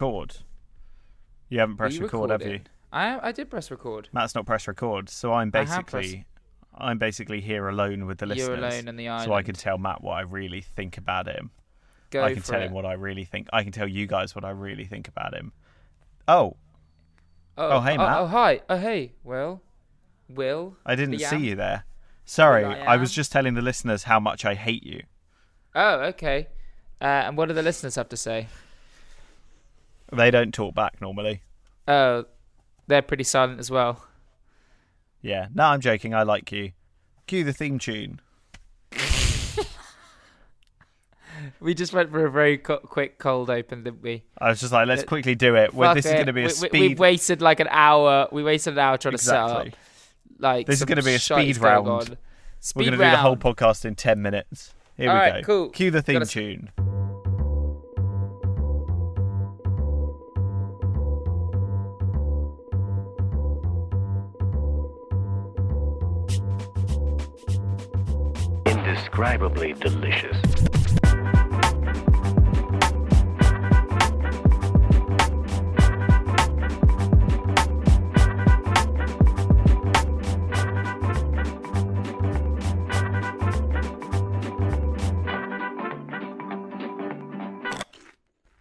record. You haven't pressed you record, have you? recording? I I did press record. Matt's not pressed record, so I'm I have pressed- basically, I'm basically here alone with the You're listeners. alone on the island. so I can tell Matt what I really think about him. Go I can for tell it. him what I really think. I can tell you guys what I really think about him. Oh, Oh, Oh, hey, Matt. Oh, hi. Oh hey. Well, Will. I didn't Yeah. see you there. Sorry, Well, I I was am. just telling the listeners how much I hate you. Oh okay. Uh, and what do the listeners have to say? They don't talk back normally. Oh, they're pretty silent as well. Yeah. No, I'm joking. I like you. Cue the theme tune. We just went for a very co- quick cold open, didn't we? I was just like, let's quickly do it. Well, Fuck this is it. going to be a we, speed. We, we've wasted like an hour. We wasted an hour trying to set exactly. up. Like This is some gonna be a shite speed is going round. on. We're Speed going to do round. the whole podcast in 10 minutes. Here we Alright, go. cool. Cue the theme Gotta s- tune. indescribably delicious.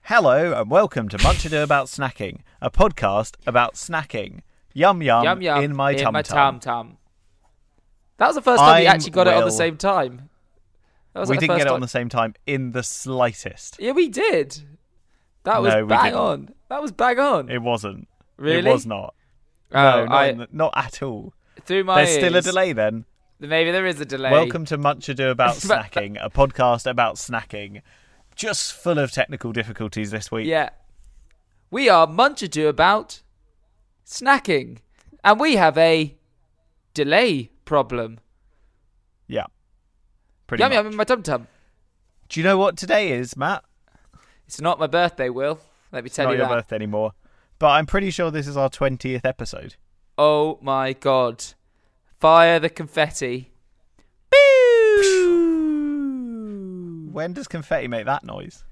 Hello and welcome to Much Ado About Snacking, a podcast about snacking. Yum yum, yum yum in my tum tum tum. tum. That was the first time we I'm actually got it on the Will. same time. That was We like didn't the get first it on the time- same time in the slightest. Yeah, we did. That was No, we bang didn't. on. That was bang on. It wasn't. really? It was not. Oh, No, not, I, in the- not at all. through my There's still a ears. delay then. Maybe there is a delay. Welcome to Much Ado About But- Snacking, a podcast about snacking. Just full of technical difficulties this week. Yeah. We are much ado about snacking, and we have a delay problem. Yeah. Pretty Yum much. yum in my tum tum. Do you know what today is, Matt? It's not my birthday, Will. Let me tell not you your that. birthday anymore. But I'm pretty sure this is our 20th episode. Oh my god. Fire the confetti. Boo! When does confetti make that noise?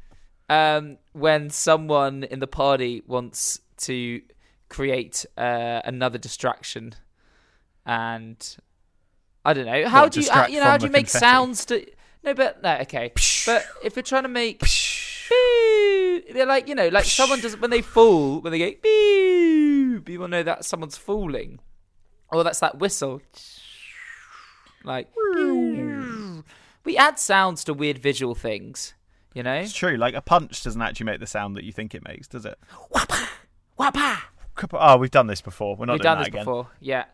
um, when someone in the party wants to create uh, another distraction, and I don't know how What, do you uh, distract you know how from do you the make confetti? sounds to no but no okay but if you're trying to make boo, they're like you know like someone does when they fall when they go boo people know that someone's falling or that's that whistle like boo. we add sounds to weird visual things you know It's true. Like a punch doesn't actually make the sound that you think it makes, does it? Wapa! Oh, we've done this before. We're not We've doing done that this again. before. Yeah.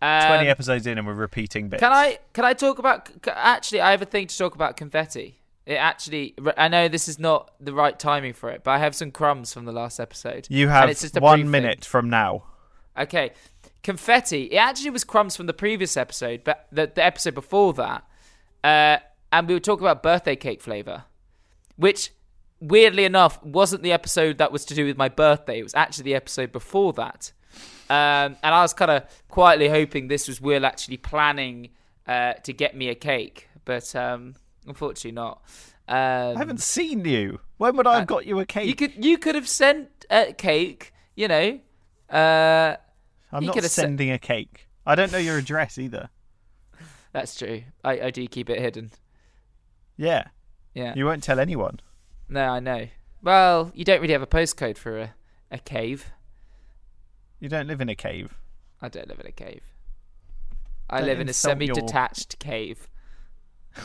Um, 20 episodes in and we're repeating bits. Can I can I talk about? c- Actually, I have a thing to talk about confetti. It actually, I know this is not the right timing for it, but I have some crumbs from the last episode. You And have it's just a brief one thing. minute from now. Okay, confetti. It actually was crumbs from the previous episode, but the, the episode before that, uh, and we were talking about birthday cake flavor, which weirdly enough wasn't the episode that was to do with my birthday. It was actually the episode before that, um, and I was kind of quietly hoping this was Will actually planning uh, to get me a cake, but um, unfortunately not. Um, I haven't seen you. When would I have got you a cake? you could you could have sent a cake, you know. Uh, I'm you not could have se- sending a cake. I don't know your address either. That's true. I, I do keep it hidden. Yeah. Yeah. You won't tell anyone. No, I know. Well, you don't really have a postcode for a, a cave. You don't live in a cave. I don't live in a cave. I Don't live in a insult semi your- detached cave.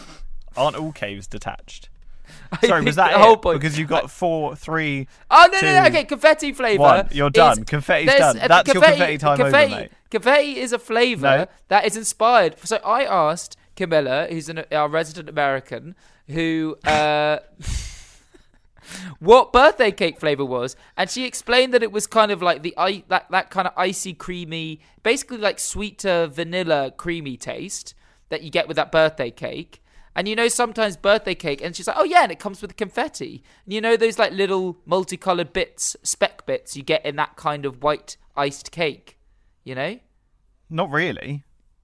Aren't all caves detached? I Sorry, was think that the it? whole point? Because you got four, three, Oh no, no, no, two, okay, confetti flavour. one. You're is- done. Confetti's there's- done. uh, That's your confetti time over, confetti, mate. Confetti is a flavour No. that is inspired. So I asked Camilla, who's an, our resident American, who uh, what birthday cake flavour was, and she explained that it was kind of like the i that that kind of icy, creamy, basically like sweeter vanilla, creamy taste that you get with that birthday cake. And you know, sometimes birthday cake, and she's like, oh yeah, and it comes with confetti. And you know, those like little multicolored bits, speck bits you get in that kind of white iced cake, you know? Not really.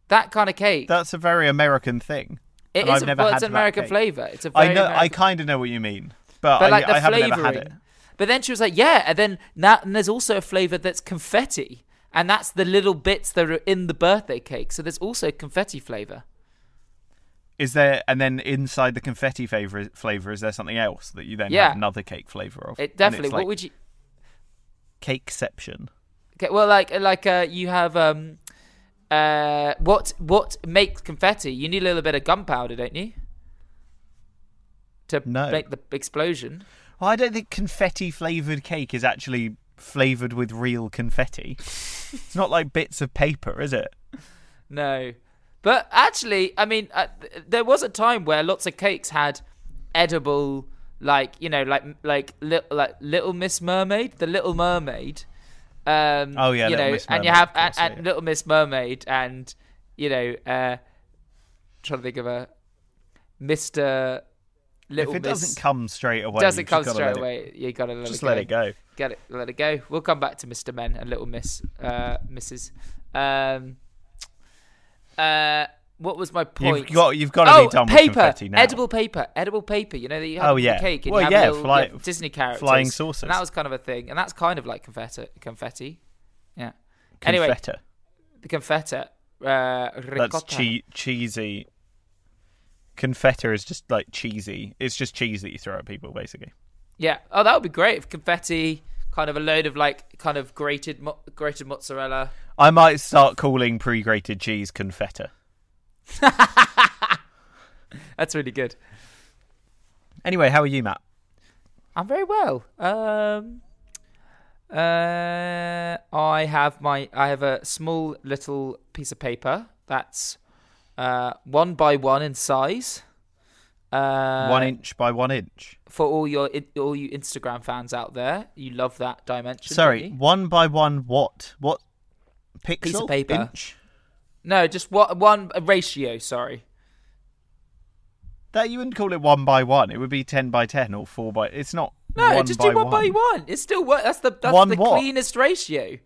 That kind of cake. That's a very American thing. It and is I've a, never well, had it's an that American cake. flavour. It's a very I know. I American- kind of know what you mean, but, but I, like the I haven't flavoring. ever had it. But then she was like, yeah. And then now and there's also a flavor that's confetti, and that's the little bits that are in the birthday cake. So there's also confetti flavor. Is there and then inside the confetti flavor, flavor is there something else that you then Yeah. have another cake flavor of? And It it's definitely. like what would you? cakeception? Okay, well, like like uh, you have um, uh, what what makes confetti? You need a little bit of gunpowder, don't you? To No. make the explosion. Well, I don't think confetti flavored cake is actually flavored with real confetti. it's not like bits of paper, is it? No, but actually, I mean, uh, th- there was a time where lots of cakes had edible, like you know, like like li- like Little Miss Mermaid, the Little Mermaid. Um, Oh, yeah, you Little know, Miss and you Mermaid, have of course, and, yeah, and yeah. Little Miss Mermaid, and you know, uh, trying to think of a Mister Little if it Miss doesn't come straight away, doesn't you've come just gotta straight let it- away. You gotta let just it go. let it go. Get it, let it go. We'll come back to Mr. Men and Little Miss, uh, Mrs. Um, uh, what was my point? You've got you've got to oh, be done paper, with confetti now. edible paper, edible paper. You know that you have Oh, on the yeah. cake and Well, you have yeah, little, fly- little Disney characters, flying saucers. And that was kind of a thing, and that's kind of like confetti. Confetti, yeah. Anyway, Confetta. the confetta, uh, ricotta. That's che- cheesy. Confetta is just like cheesy. It's just cheese that you throw at people, basically. Yeah. Oh, that would be great if confetti, kind of a load of like kind of grated mo- grated mozzarella. I might start calling pre-grated cheese confetta. That's really good. Anyway, how are you, Matt? I'm very well. Um, uh, I have my I have a small little piece of paper that's uh, one by one in size. Uh, one inch by one inch. for all your all you Instagram fans out there, you love that dimension. don't Sorry, you? one by one. What? What? Pixel? of paper. Inch? no, just what one a ratio. Sorry, That you wouldn't call it one by one. It would be ten by ten or four by. It's not. no, one just by do one, by one. It's still what that's the that's One the what? cleanest ratio.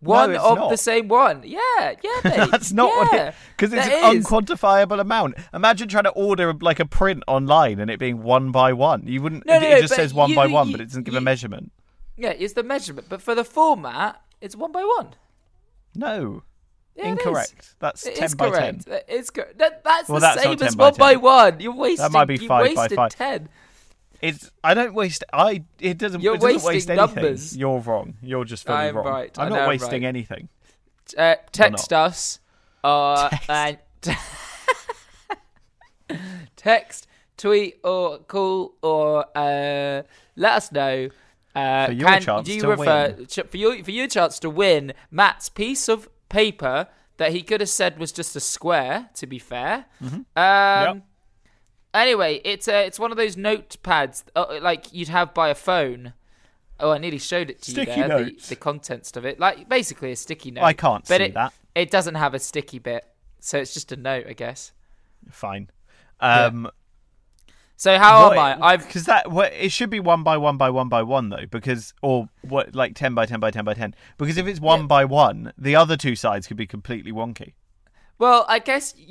One it's of the not. same one. Yeah, yeah, mate. That's not what Yeah, it because it's that an is. unquantifiable amount. Imagine trying to order like a print online and it being one by one. You wouldn't. No, it, no, it no, just but says one you- by one, you- but it doesn't give you- a measurement. Yeah, it's the measurement, but for the format, it's one by one. No, Yeah, it is. incorrect. That's It ten is by correct. ten. That is cor- that, that's Well, the that's not same 10 as by one by 10. one. You're wasting. might be you five by wasted five. ten. It's. I don't waste. I. It doesn't. You're it doesn't wasting waste anything. numbers. You're wrong. You're just fully I'm wrong. right. I I'm know not I'm wasting right. anything. Uh, text us. Uh, Text. And text, tweet, or call, or uh, let us know. Uh, For your can chance you to refer win. ch- for your for your chance to win Matt's piece of paper that he could have said was just a square. To be fair, um, Mm-hmm. Yep. Anyway, it's uh, it's one of those notepads uh, like you'd have by a phone. Oh, I nearly showed it to Sticky you there. The, notes. the contents of it, like basically a sticky note. I can't but see it, that. It doesn't have a sticky bit, so it's just a note, I guess. Fine. Um, So how What- am I? I've because that what it should be one by one by one by one though because or what like ten by ten by ten by ten because if it's one by one the other two sides could be completely wonky. well, I guess.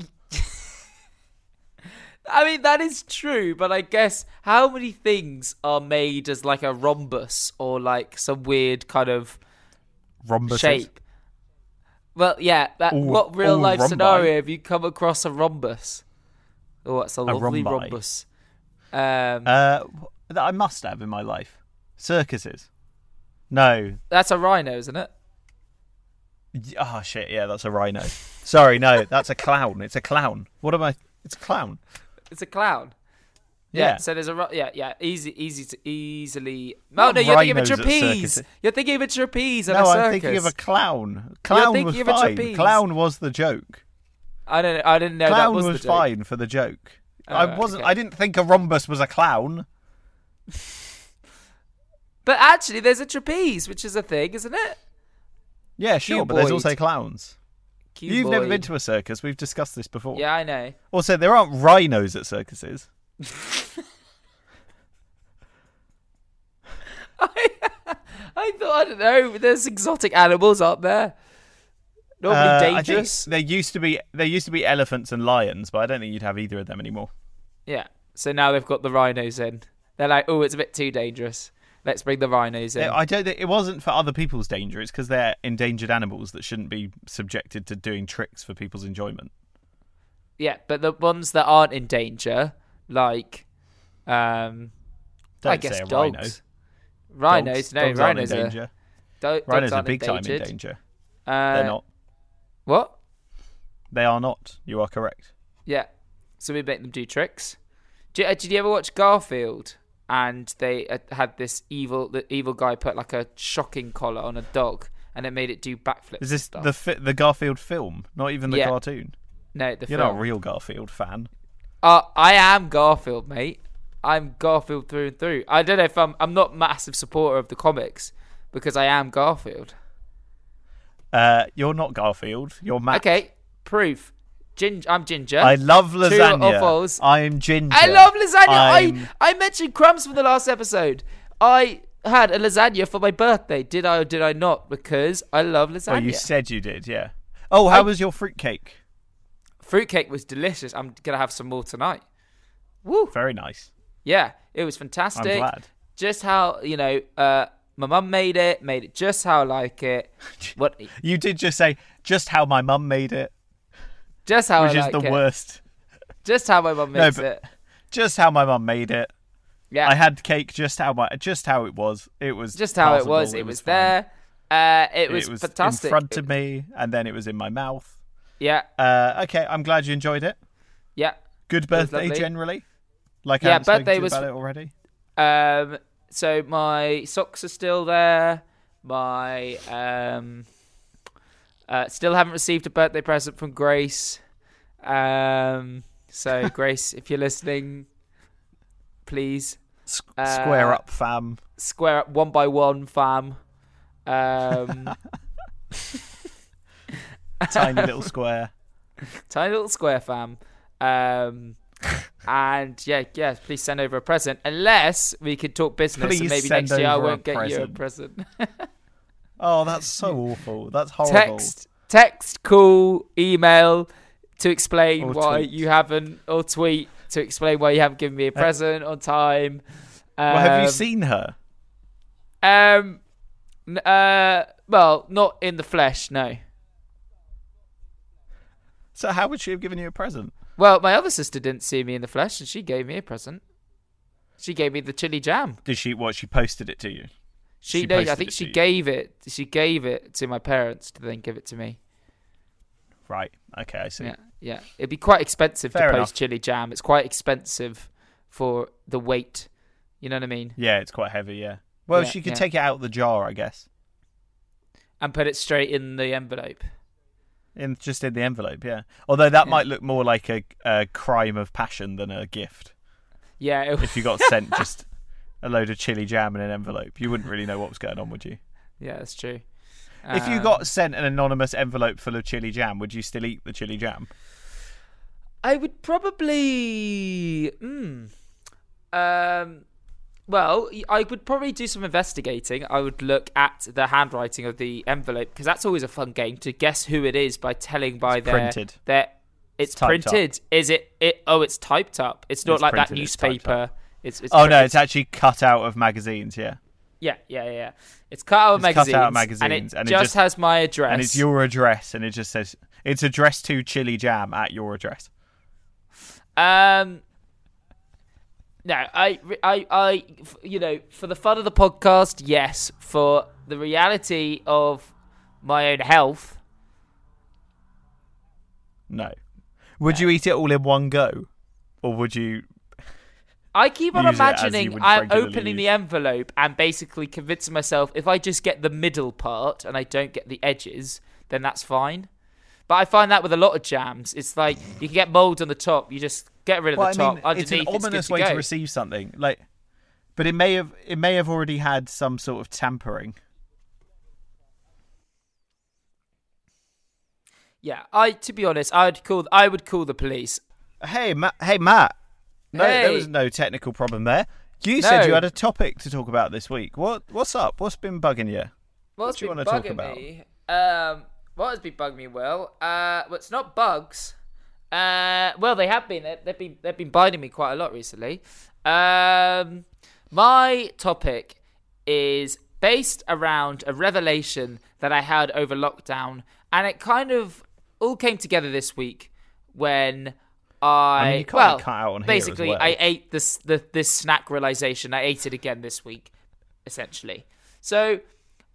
I mean that is true, but I guess how many things are made as like a rhombus or like some weird kind of Rhombus shape? Well, yeah. That, All- what real all life rhombi. scenario have you come across a rhombus? Oh, that's a lovely rhombi. rhombus. Um, Uh, wh- that I must have in my life. Circuses. No. that's a rhino, isn't it? Y- Oh shit! Yeah, that's a rhino. Sorry, no, that's a clown. It's a clown. What am I? It's a clown. It's a clown. Yeah. Yeah. So there's a ro- yeah yeah easy easy to easily. oh, No, Not no, you're thinking of a rhinos at trapeze. circuses. You're thinking of a trapeze and no, a circus. I'm thinking of a clown. Clown thinking was of a fine. trapeze. Clown was the joke. I don't. I didn't know that clown was, was, the joke. fine for the joke. I right, wasn't. okay. I didn't think a rhombus was a clown. But actually, there's a trapeze, which is a thing, isn't it? Yeah, sure, but there's Cuboid. also clowns. Cute You've never boy. been to a circus. We've discussed this before. Yeah, I know. Also, there aren't rhinos at circuses. I thought I don't know. There's exotic animals up there. Normally Uh, I think dangerous. there used to be there used to be elephants and lions, but I don't think you'd have either of them anymore. Yeah. So now they've got the rhinos in. They're like, oh, it's a bit too dangerous. Let's bring the rhinos in. I don't. think- It wasn't for other people's danger. It's because they're endangered animals that shouldn't be subjected to doing tricks for people's enjoyment. yeah, but the ones that aren't in danger, like, um, Don't I guess say a rhino. dogs. Rhinos, dogs, no, dogs aren't rhinos in are. danger. do- Rhinos dogs are aren't big time in endangered. danger. Uh, They're not. What? They are not. You are correct. Yeah. So we make them do tricks. Did, uh, did you ever watch Garfield? And they uh, had this evil, the evil guy put like a shocking collar on a dog, and it made it do backflips. Is this and stuff. the fi- the Garfield film? Not even the Yeah. cartoon. no? The You're film. not a real Garfield fan. Uh, I am Garfield, mate. I'm Garfield through and through. I don't know if I'm. I'm not massive supporter of the comics because I am Garfield. Uh, you're not Garfield. You're Matt. Okay, proof. Gin- I'm Ginger. I love lasagna. or false? I'm ginger. I love lasagna. I'm- I, I mentioned crumbs for the last episode. I had a lasagna for my birthday. Did I or did I not? Because I love lasagna. Oh, you said you did. Yeah. Oh, how I- was your fruitcake? Fruitcake was delicious. I'm gonna have some more tonight. Woo! Very nice. Yeah, it was I'm fantastic. glad. Just how you know, uh, my mum made it. Made it just how I like it. What? You did just say just how my mum made it, Just how which I is like the it. worst. Just how my mum makes but- it. Just how my mum made it. Yeah. I had cake just how my just how it was. It was just how passable, it was. It, was, fine. there. Uh, it was, It was in fantastic. front of me, and then it was in my mouth. Yeah. Uh, okay, I'm glad you enjoyed it. Yeah. Good was birthday lovely. generally. Like Yeah, I haven't spoken birthday to you was- about it already. Um, so my socks are still there. My um, uh, still haven't received a birthday present from Grace. Um, so Grace, if you're listening, please S- Uh, Square up, fam. square up one by one, fam. Um, Tiny little square. tiny little square, fam. Um, and yeah, yeah, please send over a present. Unless we could talk business, Please and maybe send next year I over a won't get you a present. Oh, that's so awful. That's horrible. text text call email to explain Or why tweet. Uh, you haven't or tweet to explain why you haven't given me a present on time um, well, have you seen her? um n- uh well not in the flesh no So how would she have given you a present? well my other sister didn't see me in the flesh and she gave me a present she gave me the chili jam Did she? What? She posted it to you. she, She no i posted think it she to you. gave it she gave it to my parents to then give it to me Right. Okay, I see. Yeah, yeah. It'd be quite expensive Fair to enough. post chili jam. It's quite expensive for the weight. You know what I mean? Yeah, it's quite heavy. Yeah. Well, Yeah, she could yeah. take it out of the jar, I guess, And put it straight in the envelope. in just in the envelope. Yeah. Although that Yeah. might look more like a, a crime of passion than a gift. Yeah, it, If you got sent just a load of chili jam in an envelope, you wouldn't really know what was going on, would you? yeah, that's true. if you Um, got sent an anonymous envelope full of chili jam, would you still eat the chili jam? I would probably, mm, um, well, y- I would probably do some investigating. I would look at the handwriting of the envelope because that's always a fun game to guess who it is by telling by It's their printed. their. It's, typed up. printed. Is it, it? Oh, it's typed up. It's not It's like that printed, it's typed newspaper. It's, it's Oh print- no, it's actually cut out of magazines. Yeah, yeah yeah yeah. yeah. It's cut out of It's magazines. cut out of and magazines, it, and it just, just- has my address. and it's your address, and it just says it's addressed to chili jam at your address. Um, no, I, I, I, f- you know, for the fun of the podcast, yes. For the reality of my own health, No. Would you eat it all in one go, or would you? I keep on Use it as you imagining would I'm regularly opening use. the envelope and basically convincing myself if I just get the middle part and I don't get the edges, then that's fine. But I find that with a lot of jams, it's like you can get mold on the top. You just get rid of Well, the I top. mean, it's Underneath, an good ominous to way go. to receive something. Like, but it may have it may have already had some sort of tampering. Yeah, I. To be honest, I'd call. I would call the police. Hey, Ma- hey, Matt. No, there Hey. was no technical problem there. You said you No. had a topic to talk about this week. What what's up? What's been bugging you? What's do you been wanna talk bugging about? me? Um, what has been bugging me? Well, uh, well, it's not bugs. Uh, well, they have been. They've been. They've been biting me quite a lot recently. Um, my topic is based around a revelation that I had over lockdown, and it kind of all came together this week when I, you can't well, cut out on here as basically well. I ate this the, this snack realization. I ate it again this week, essentially. So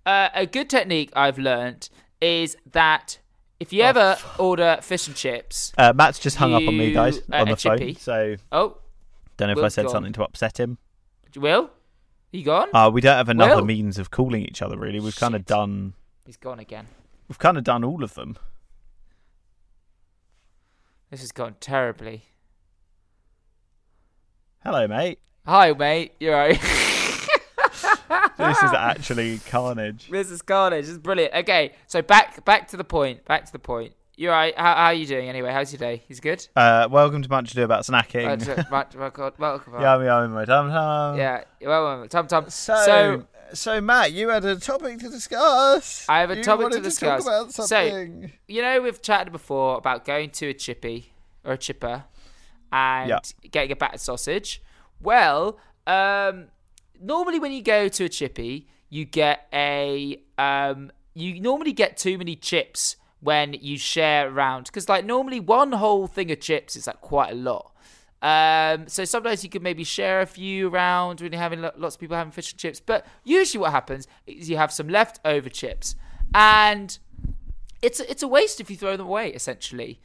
uh, a good technique I've learned is that if Oh, you ever order fish and chips, Uh, Matt's just hung up on me, You, guys, uh, on a the phone. chippy. So oh, don't know if I Will's said gone. something to upset him. Will, you gone? Uh, we don't have another Will. means of calling each other. Really, we've kind of Shit. done. He's gone again. We've kind of done all of them. This has gone terribly. Hello, mate. Hi, mate. You're right. This is actually carnage. This is carnage. It's brilliant. Okay, so back back to the point. Back to the point. You all right? How, how are you doing anyway? How's your day? He's good. Uh, welcome to Much Ado About Uh, Snacking. to- right, right, God, welcome. on. yum yum, my dum dum. Yeah. Well, well, well, Tom, Tom. So, So, so Matt, you had a topic to discuss. I have a You topic wanted to discuss. talk about So- something. you know we've chatted before about going to a chippy or a chipper and Yeah. getting a battered sausage. Well, um, normally when you go to a chippy, you get a um, you normally get too many chips when you share around because like normally one whole thing of chips is like quite a lot. Um, so sometimes you could maybe share a few around when you're having lo- lots of people having fish and chips. But usually what happens is you have some leftover chips and it's a, it's a waste if you throw them away essentially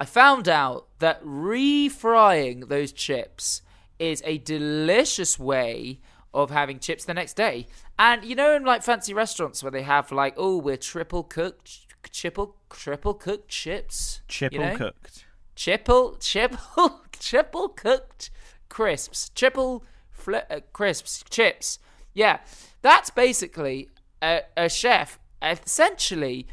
i found out that refrying those chips is a delicious way of having chips the next day and you know in like fancy restaurants where they have like oh we're triple cooked ch- triple triple cooked chips Chipple you know? cooked. triple triple triple cooked crisps triple fl- uh, crisps chips yeah that's basically a, a chef essentially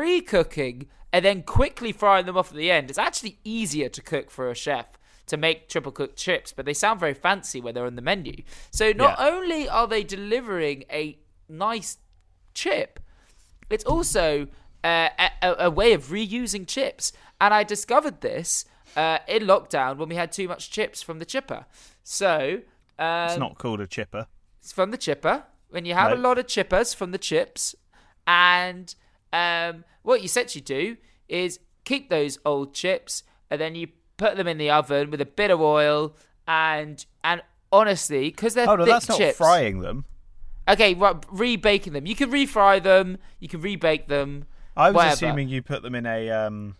pre-cooking and then quickly frying them off at the end it's actually easier to cook for a chef to make triple cooked chips but they sound very fancy when they're on the menu so not Yeah. only are they delivering a nice chip it's also uh, a, a- a way of reusing chips. And I discovered this uh, in lockdown when we had too much chips from the chipper. So, uh, It's not called a chipper. it's from the chipper. When you have No. a lot of chippers from the chips, and um, what you essentially do is keep those old chips, and then you put them in the oven with a bit of oil, and and honestly, because they're Oh no, thick that's not chips, frying them. Okay, right, rebaking them. You can refry them. You can rebake them. I was whatever. assuming you put them in a um,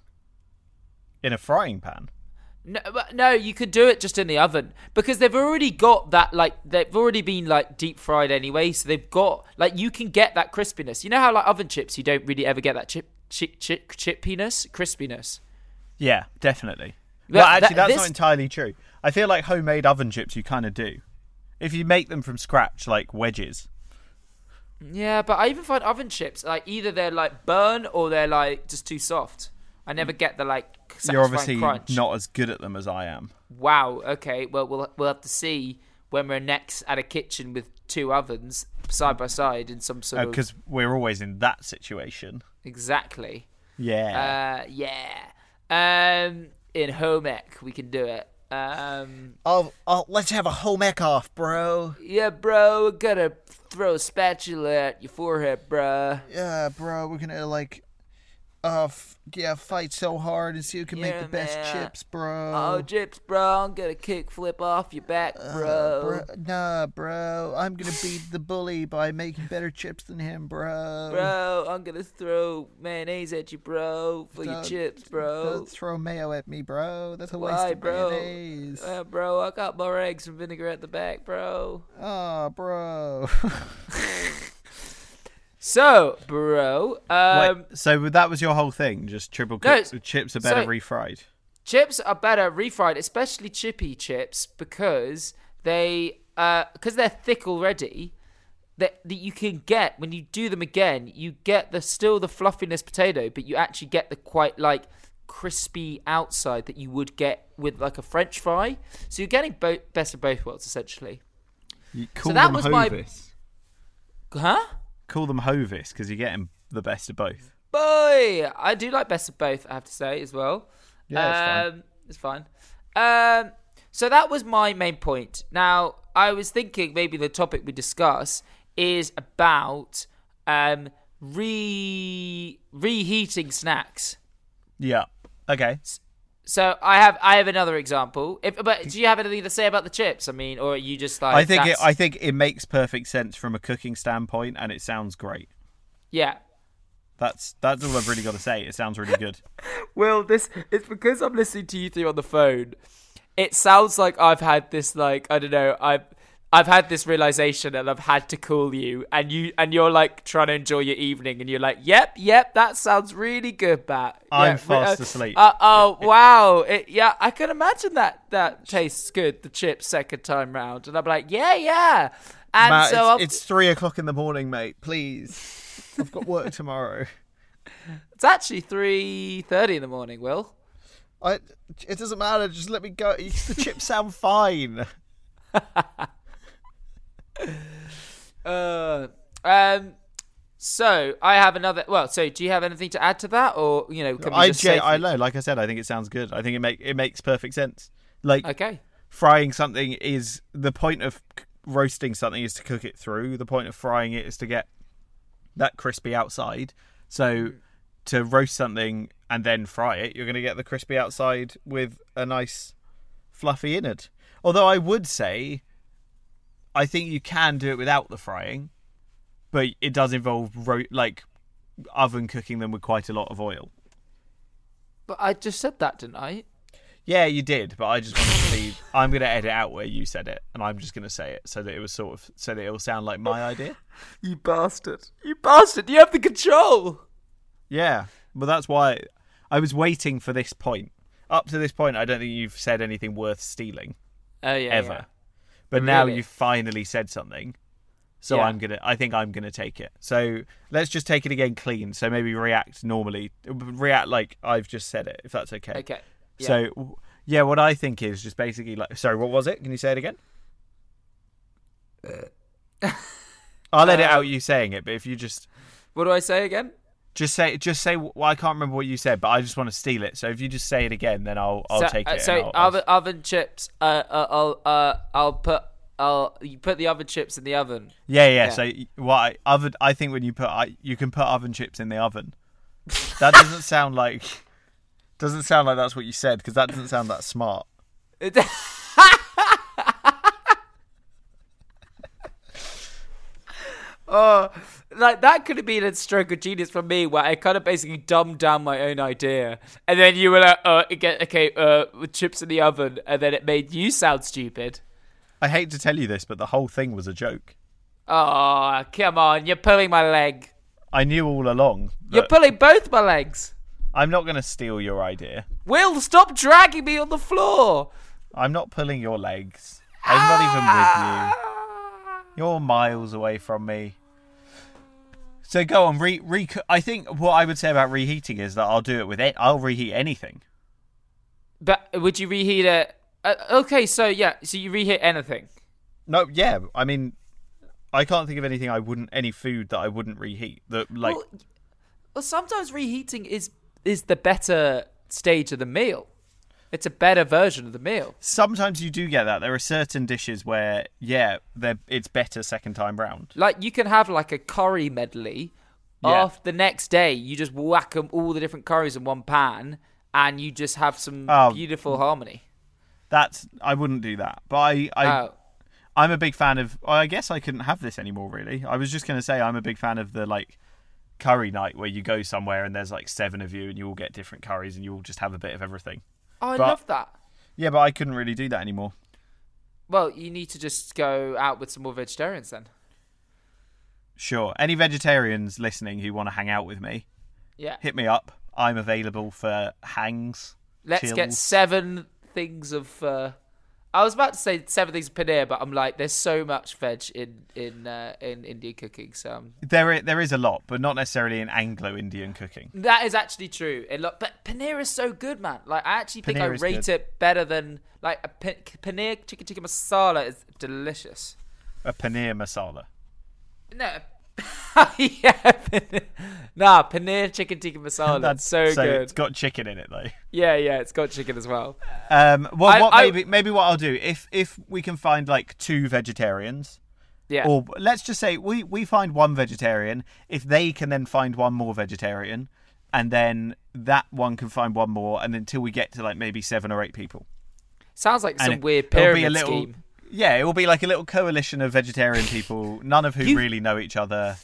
in a frying pan. No, but no, you could do it just in the oven because they've already got that. Like they've already been like deep fried anyway, so they've got like you can get that crispiness. You know how like oven chips, you don't really ever get that chip chip chip chippiness, crispiness. Yeah, definitely. That- well, actually, that- that's this- not entirely true. I feel like homemade oven chips, you kind of do. If you make them from scratch, like wedges. Yeah, but I even find oven chips like either they're like burn or they're like just too soft. I never get the like satisfying You're obviously crunch. not as good at them as I am. Wow. Okay. Well, we'll we'll have to see when we're next at a kitchen with two ovens side by side in some sort of Because we're always in that situation. exactly. Yeah. Uh, yeah. Um, in home ec, we can do it. Um, oh, oh, let's have a home ec off, bro. yeah, bro, we're gonna throw a spatula at your forehead, bruh. Yeah, bro, we're gonna like, uh, f- yeah, fight so hard and see who can make the best Yeah, man. chips, bro. Oh, jips, bro, I'm gonna kick flip off your back, Uh, bro. nah, bro, I'm gonna beat the bully by making better chips than him, bro. Bro, I'm gonna throw mayonnaise at you, bro, for your Don't- chips, bro. Don't throw mayo at me, bro. That's a waste Why, of bro? mayonnaise. Uh, bro, I got more eggs and vinegar at the back, bro. Ah, bro. So, bro, um, so that was your whole thing? Just triple No, cooked- it's- chips are better so- refried. chips are better refried, especially chippy chips, because they because they're thick already. That, that you can get when you do them again, you get the still the fluffiness potato, but you actually get the quite like crispy outside that you would get with like a French fry. So you're getting both best of both worlds essentially, You call that them was my- hovis. huh? Call them hovis because you're getting the best of both. Boy, I do like best of both. I have to say as well. Yeah, um, it's fine. Um, so that was my main point. Now, I was thinking maybe the topic we discuss is about um, re reheating snacks. Yeah. Okay. So I have I have another example. If, but do you have anything to say about the chips? I mean, or are you just like I think it, that's- I think it makes perfect sense from a cooking standpoint, and it sounds great. yeah. That's that's all I've really got to say. It sounds really good. Well, this it's because I'm listening to you three on the phone. It sounds like I've had this like I don't know I've I've had this realization and I've had to call you and you and you're like trying to enjoy your evening and you're like yep yep that sounds really good Matt. I'm Yeah, fast uh, asleep. Uh, oh wow it, yeah I can imagine that that tastes good the chips second time round and I'm like yeah yeah and Matt, so it's, I'll- it's three o'clock in the morning, mate. Please, I've got work tomorrow. it's actually three thirty in the morning Will. I, it doesn't matter. Just let me go. The chips sound fine. Uh, um. So I have another. Well, so do you have anything to add to that, or you know, can we I, just gen- say- I know. Like I said, I think it sounds good. I think it make it makes perfect sense. Like Okay. frying something is the point of c- roasting something is to cook it through. The point of frying it is to get that crispy outside. So to roast something and then fry it, you're going to get the crispy outside with a nice fluffy innard. Although I would say, I think you can do it without the frying, but it does involve ro- like oven cooking them with quite a lot of oil. But I just said that, didn't I? Yeah, you did, but I just wanted to see. I'm going to edit out where you said it, and I'm just going to say it so that it was sort of so that it will sound like my idea. You bastard! You bastard! You have the control. Yeah, but that's why I was waiting for this point. Up to this point, I don't think you've said anything worth stealing Oh yeah. ever. yeah. But now Really? you've finally said something, so Yeah. I'm gonna. I think I'm gonna take it. So let's just take it again clean. So maybe react normally, react like I've just said it, if that's okay. Okay. Yeah. So w- yeah, what I think is just basically like. Sorry, what was it? Can you say it again? Uh, I'll edit out you saying it, but if you just what do I say again? just say just say well, I can't remember what you said, but I just want to steal it. So if you just say it again, then I'll I'll so, take it. uh, and so I'll- I'll- oven, oven chips. Uh, uh, I'll uh, I'll put I'll you put the oven chips in the oven. yeah, yeah, yeah. So y- what I, oven? I think when you put I, you can put oven chips in the oven. That doesn't sound like doesn't sound like that's what you said because that doesn't sound that smart. It- oh, like that could have been a stroke of genius from me, where I kind of basically dumbed down my own idea, and then you were like, "Oh, okay, okay uh, with chips in the oven," and then it made you sound stupid. I hate to tell you this, but the whole thing was a joke. Oh, come on, you're pulling my leg. I knew all along. You're that- pulling both my legs. I'm not going to steal your idea. Will, stop dragging me on the floor. I'm not pulling your legs. I'm not even with Ah. you. You're miles away from me. So go on. Re, re, I think what I would say about reheating is that I'll do it with it. I'll reheat anything. But would you reheat it? Uh, okay, so yeah, so you reheat anything. No, yeah. I mean, I can't think of anything I wouldn't, any food that I wouldn't reheat. That like, well, well, sometimes reheating is is the better stage of the meal. It's a better version of the meal. sometimes you do get that. There are certain dishes where, yeah, they're, it's better second time round. Like you can have like a curry medley. Yeah. Off the next day, you just whack 'em all the different curries in one pan, and you just have some Oh. beautiful harmony. That's I wouldn't do that. But I, I Oh, I'm a big fan of. I guess I couldn't have this anymore. Really, I was just going to say I'm a big fan of the like curry night where you go somewhere and there's like seven of you and you all get different curries and you all just have a bit of everything. oh I but- love that. Yeah, but I couldn't really do that anymore. Well, you need to just go out with some more vegetarians then. Sure. Any vegetarians listening who want to hang out with me, Yeah, hit me up. I'm available for hangs. let's get chills. seven things of. Uh, I was about to say seven things of paneer, but I'm like, there's so much veg in in uh, in Indian cooking, so I'm There, i- there is a lot, but not necessarily in Anglo-Indian cooking. That is actually true. It lo- but paneer is so good, man. Like I actually think I Paneer is rate good. it better than like a pa- paneer chicken tikka masala is delicious. A paneer masala. No, yeah, paneer. nah, paneer chicken tikka masala. That's so, good. It's got chicken in it though. Yeah, yeah, it's got chicken as well. Um, well, I- what I- maybe maybe what I'll do if if we can find like two vegetarians, Yeah. Or let's just say we we find one vegetarian. If they can then find one more vegetarian, and then that one can find one more, and until we get to like maybe seven or eight people. Sounds like some And it- weird it'll pyramid be a little, scheme. Yeah, it will be like a little coalition of vegetarian people, none of who You- really know each other,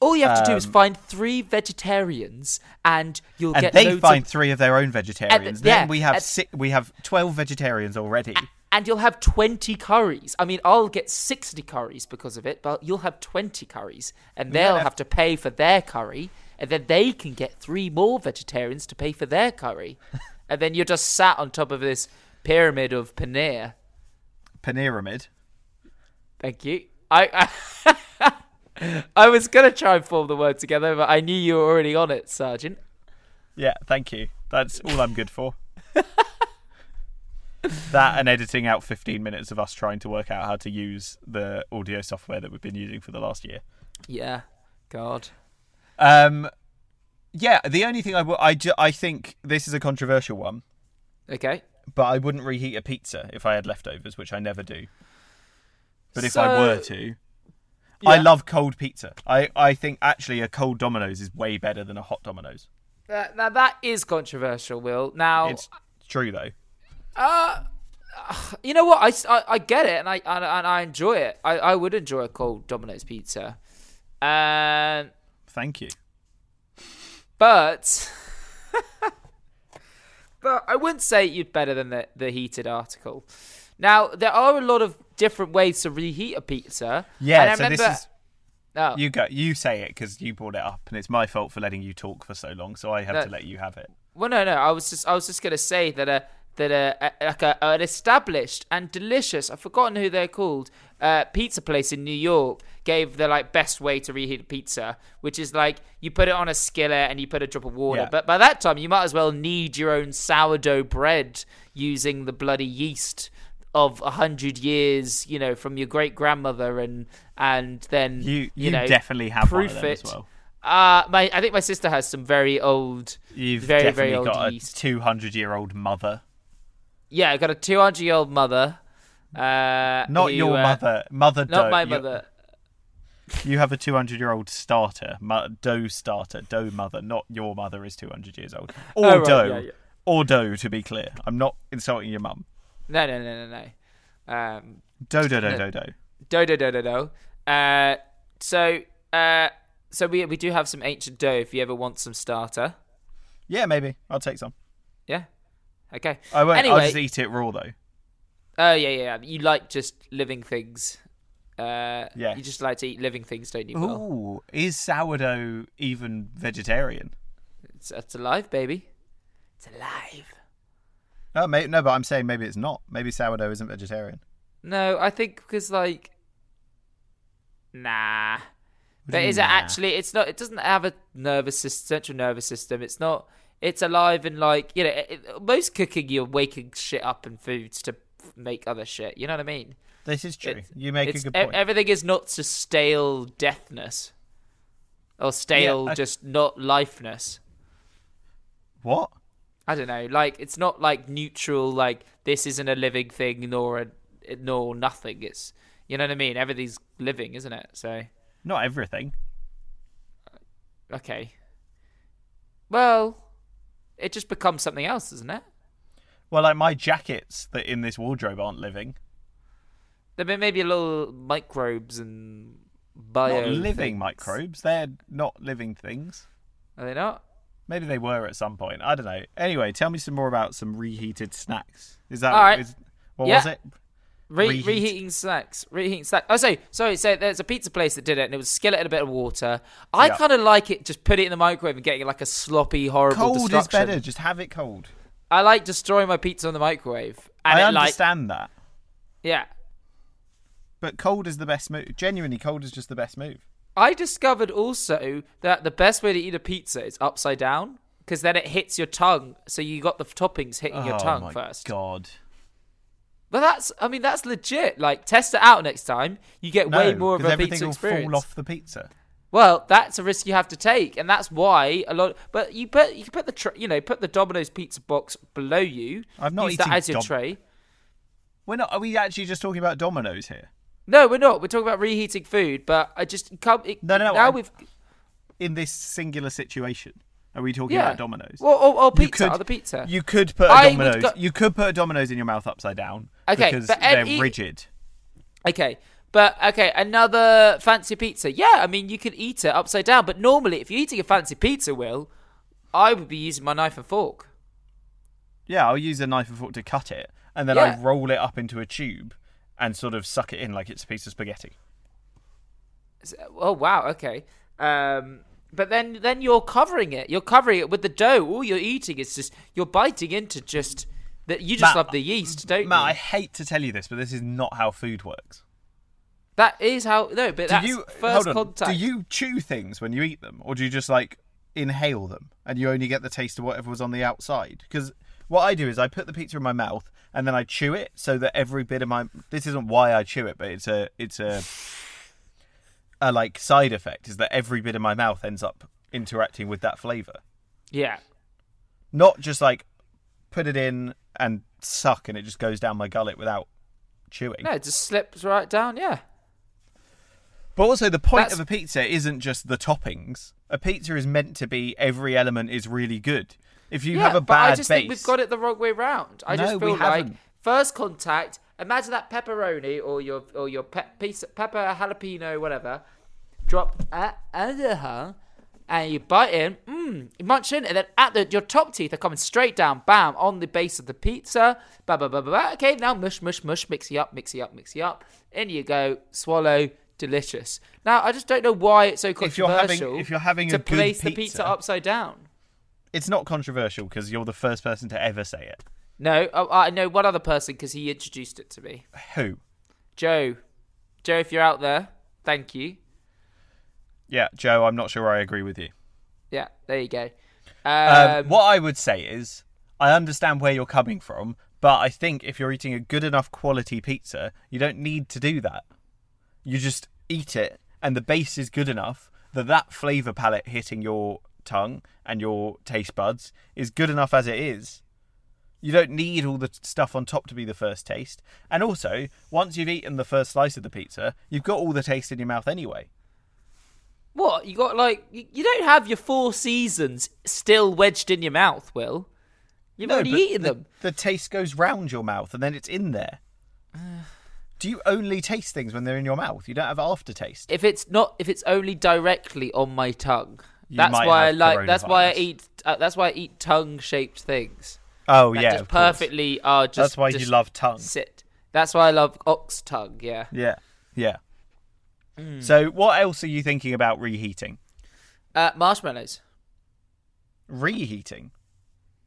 All you have to do is um, find three vegetarians, and you'll and get they loads find of, three of their own vegetarians. yeah, then we have at- si we have twelve vegetarians already. and you'll have twenty curries. I mean, I'll get sixty curries because of it, but you'll have twenty curries, and they'll have- have to pay for their curry, and then they can get three more vegetarians to pay for their curry, and then you're just sat on top of this pyramid of paneer. Paneeramid. Thank you. I I, I was gonna try and form the word together, but I knew you were already on it, Sergeant. Yeah, thank you. That's all I'm good for. that and editing out 15 minutes of us trying to work out how to use the audio software that we've been using for the last year. Yeah. God. Um, yeah, the only thing I wo- I ju- I think this is a controversial one, Okay. but I wouldn't reheat a pizza if I had leftovers, which I never do. But if I were So- to, I Yeah. love cold pizza. I, I think actually a cold Domino's is way better than a hot Domino's. That, that, that is controversial, Will. Now, It's true though. you know what? I, s- I- I get it, and I and, and I enjoy it. I, I would enjoy a cold Domino's pizza, um, Thank you. but but I wouldn't say you'd better than the, the heated article. Now there are a lot of different ways to reheat a pizza. Yeah. and I so remember, this is oh, You go. You say it because you brought it up, and it's my fault for letting you talk for so long. So I have No. to let you have it. Well, no, no. I was just, I was just gonna say that a, that a, a like a, an established and delicious. I've forgotten who they're called. Uh, pizza place in New York gave the like best way to reheat a pizza, which is like you put it on a skillet and you put a drop of water. Yeah. But by that time, you might as well knead your own sourdough bread using the bloody yeast of a hundred years, you know, from your great grandmother, and and then You you, you, know, definitely have proof one of them it. as well. Uh, my I think my sister has some very old, You've very definitely very old got yeast. a two hundred year old mother, Yeah, I got a 200 year old mother. Uh, not who, your uh, mother, mother. Not dough. my You- mother. You, have a two hundred year old starter, mo- dough starter, dough mother. Not your mother is two hundred years old, or Oh, right, dough, yeah, yeah. or dough. To be clear, I'm not insulting your mum. No, no, no, no, no. Um, Dough, dough, dough, dough, dough. do, do, do, do, do. Uh, so, uh, so we we do have some ancient dough if you ever want some starter. Yeah, maybe I'll take some. Yeah. Okay. I won't. Anyway, I'll just eat it raw though. oh yeah, yeah. You like just living things. Uh, Yeah. You just like to eat living things, don't you? Will? Ooh, is sourdough even vegetarian? It's, it's alive, baby. It's alive. Oh, may no, but I'm saying maybe it's not. Maybe sourdough isn't vegetarian. No, I think because like, nah. do But you is mean, it nah? actually? It's not. It doesn't have a nervous system, central nervous system. It's not. It's alive and like you know. It, it- most cooking, you're waking shit up and foods to f- make other shit. You know what I mean? This is true. It's- you make a It's- good e- point. Everything is not just stale deathness, or stale I- just not lifeness. what? I don't know. Like it's not like neutral. Like this isn't a living thing, nor a nor nothing. It's you know what I mean. Everything's living, isn't it? So Not everything. okay. Well, it just becomes something else, doesn't it? Well, like my jackets that in this wardrobe aren't living. There may maybe little microbes and Not bio living things. microbes. They're not living things. Are they not? Maybe they were at some point. I don't know. Anyway, tell me some more about some reheated snacks. Is that All right. is- what Yeah. was it? Re- Reheat. Reheating snacks. Reheating snacks. Oh, sorry, sorry. So there's a pizza place that did it, and it was a skillet and a bit of water. I Yeah. kind of like it. Just put it in the microwave and getting like a sloppy, horrible Cold is destruction. better. Just have it cold. I like destroying my pizza on the microwave. And I it, understand that, Like, yeah. but cold is the best move. Genuinely, cold is just the best move. I discovered also that the best way to eat a pizza is upside down because then it hits your tongue. So you got the f- toppings hitting your tongue first. Oh god! But that's, I mean, that's legit. Like, test it out next time. You get No, way more of 'cause a everything pizza will experience. fall off the pizza. Well, that's a risk you have to take, and that's why a lot. But you put you can put the tr- you know put the Domino's pizza box below you. I'm not use eating that as your Dom- tray. We're not. Are we actually just talking about Dominoes here? No, we're not. We're talking about reheating food, but I just can't. It, No, no, no, Now I'm- we've in this singular situation? Are we talking yeah. about Dominoes? Well, or, or You pizza, could- or the pizza. You could put a I would Dominoes. go- You could put a Dominoes in your mouth upside down. Okay, because but they're Ed, eat- rigid. Okay, but okay, another fancy pizza. Yeah, I mean you could eat it upside down, but normally if you're eating a fancy pizza, Will, I would be using my knife and fork. Yeah, I'll use a knife and fork to cut it, and then Yeah. I roll it up into a tube and sort of suck it in like it's a piece of spaghetti. S- Oh wow, okay. Um, but then then you're covering it. You're covering it with the dough. All you're eating is just you're biting into just that. You just Matt- love the yeast, don't Matt, you? I hate to tell you this, but this is not how food works. That is how no, but Do that's you first hold on? contact. Do you chew things when you eat them, or do you just like inhale them and you only get the taste of whatever was on the outside? Because what I do is I put the pizza in my mouth and then I chew it so that every bit of my this isn't why I chew it, but it's a it's a a like side effect is that every bit of my mouth ends up interacting with that flavor, Yeah, not just like put it in and suck and it just goes down my gullet without chewing. no, it just slips right down. Yeah, But also, the point That's- of a pizza isn't just the toppings. A pizza is meant to be every element is really good. If you yeah, have a but bad I just base, think we've got it the wrong way round. I just No, we feel like haven't. first contact. Imagine that pepperoni or your or your pe- piece pepper jalapeno whatever dropped at under her, and you bite in, mm, you munch in, and then at the your top teeth are coming straight down, bam, on the base of the pizza. Ba ba ba ba. ba. Okay, now mush mush mush, mixy up, mixy up, mixy up. In you go, swallow. Delicious. Now I just don't know why it's so If you're having- controversial. if you're having to a good place the pizza- pizza upside down. it's not controversial because you're the first person to ever say it. No, oh, I know one other person because he introduced it to me. Who? Joe, Joe, if you're out there, thank you. Yeah, Joe. I'm not sure I agree with you. Yeah, there you go. Um, Um, what I would say is, I understand where you're coming from, but I think if you're eating a good enough quality pizza, you don't need to do that. You just eat it, and the base is good enough that that flavor palette hitting your tongue and your taste buds is good enough as it is. You don't need all the stuff on top to be the first taste. And also, once you've eaten the first slice of the pizza, you've got all the taste in your mouth anyway. what you got? Like you you don't have your four seasons still wedged in your mouth, Will. You've already but eaten the, them. The taste goes round your mouth and then it's in there. Do you only taste things when they're in your mouth? You don't have aftertaste. If it's not, if it's only directly on my tongue, You that's might why I have like. That's why I coronavirus. eat. Uh, that's why I eat tongue-shaped things. oh That yeah, just of course. perfectly are just. That's why just you love tongue. sit. That's why I love ox tongue. Yeah. Yeah, yeah. Mm. So what else are you thinking about reheating? Uh, marshmallows. Reheating?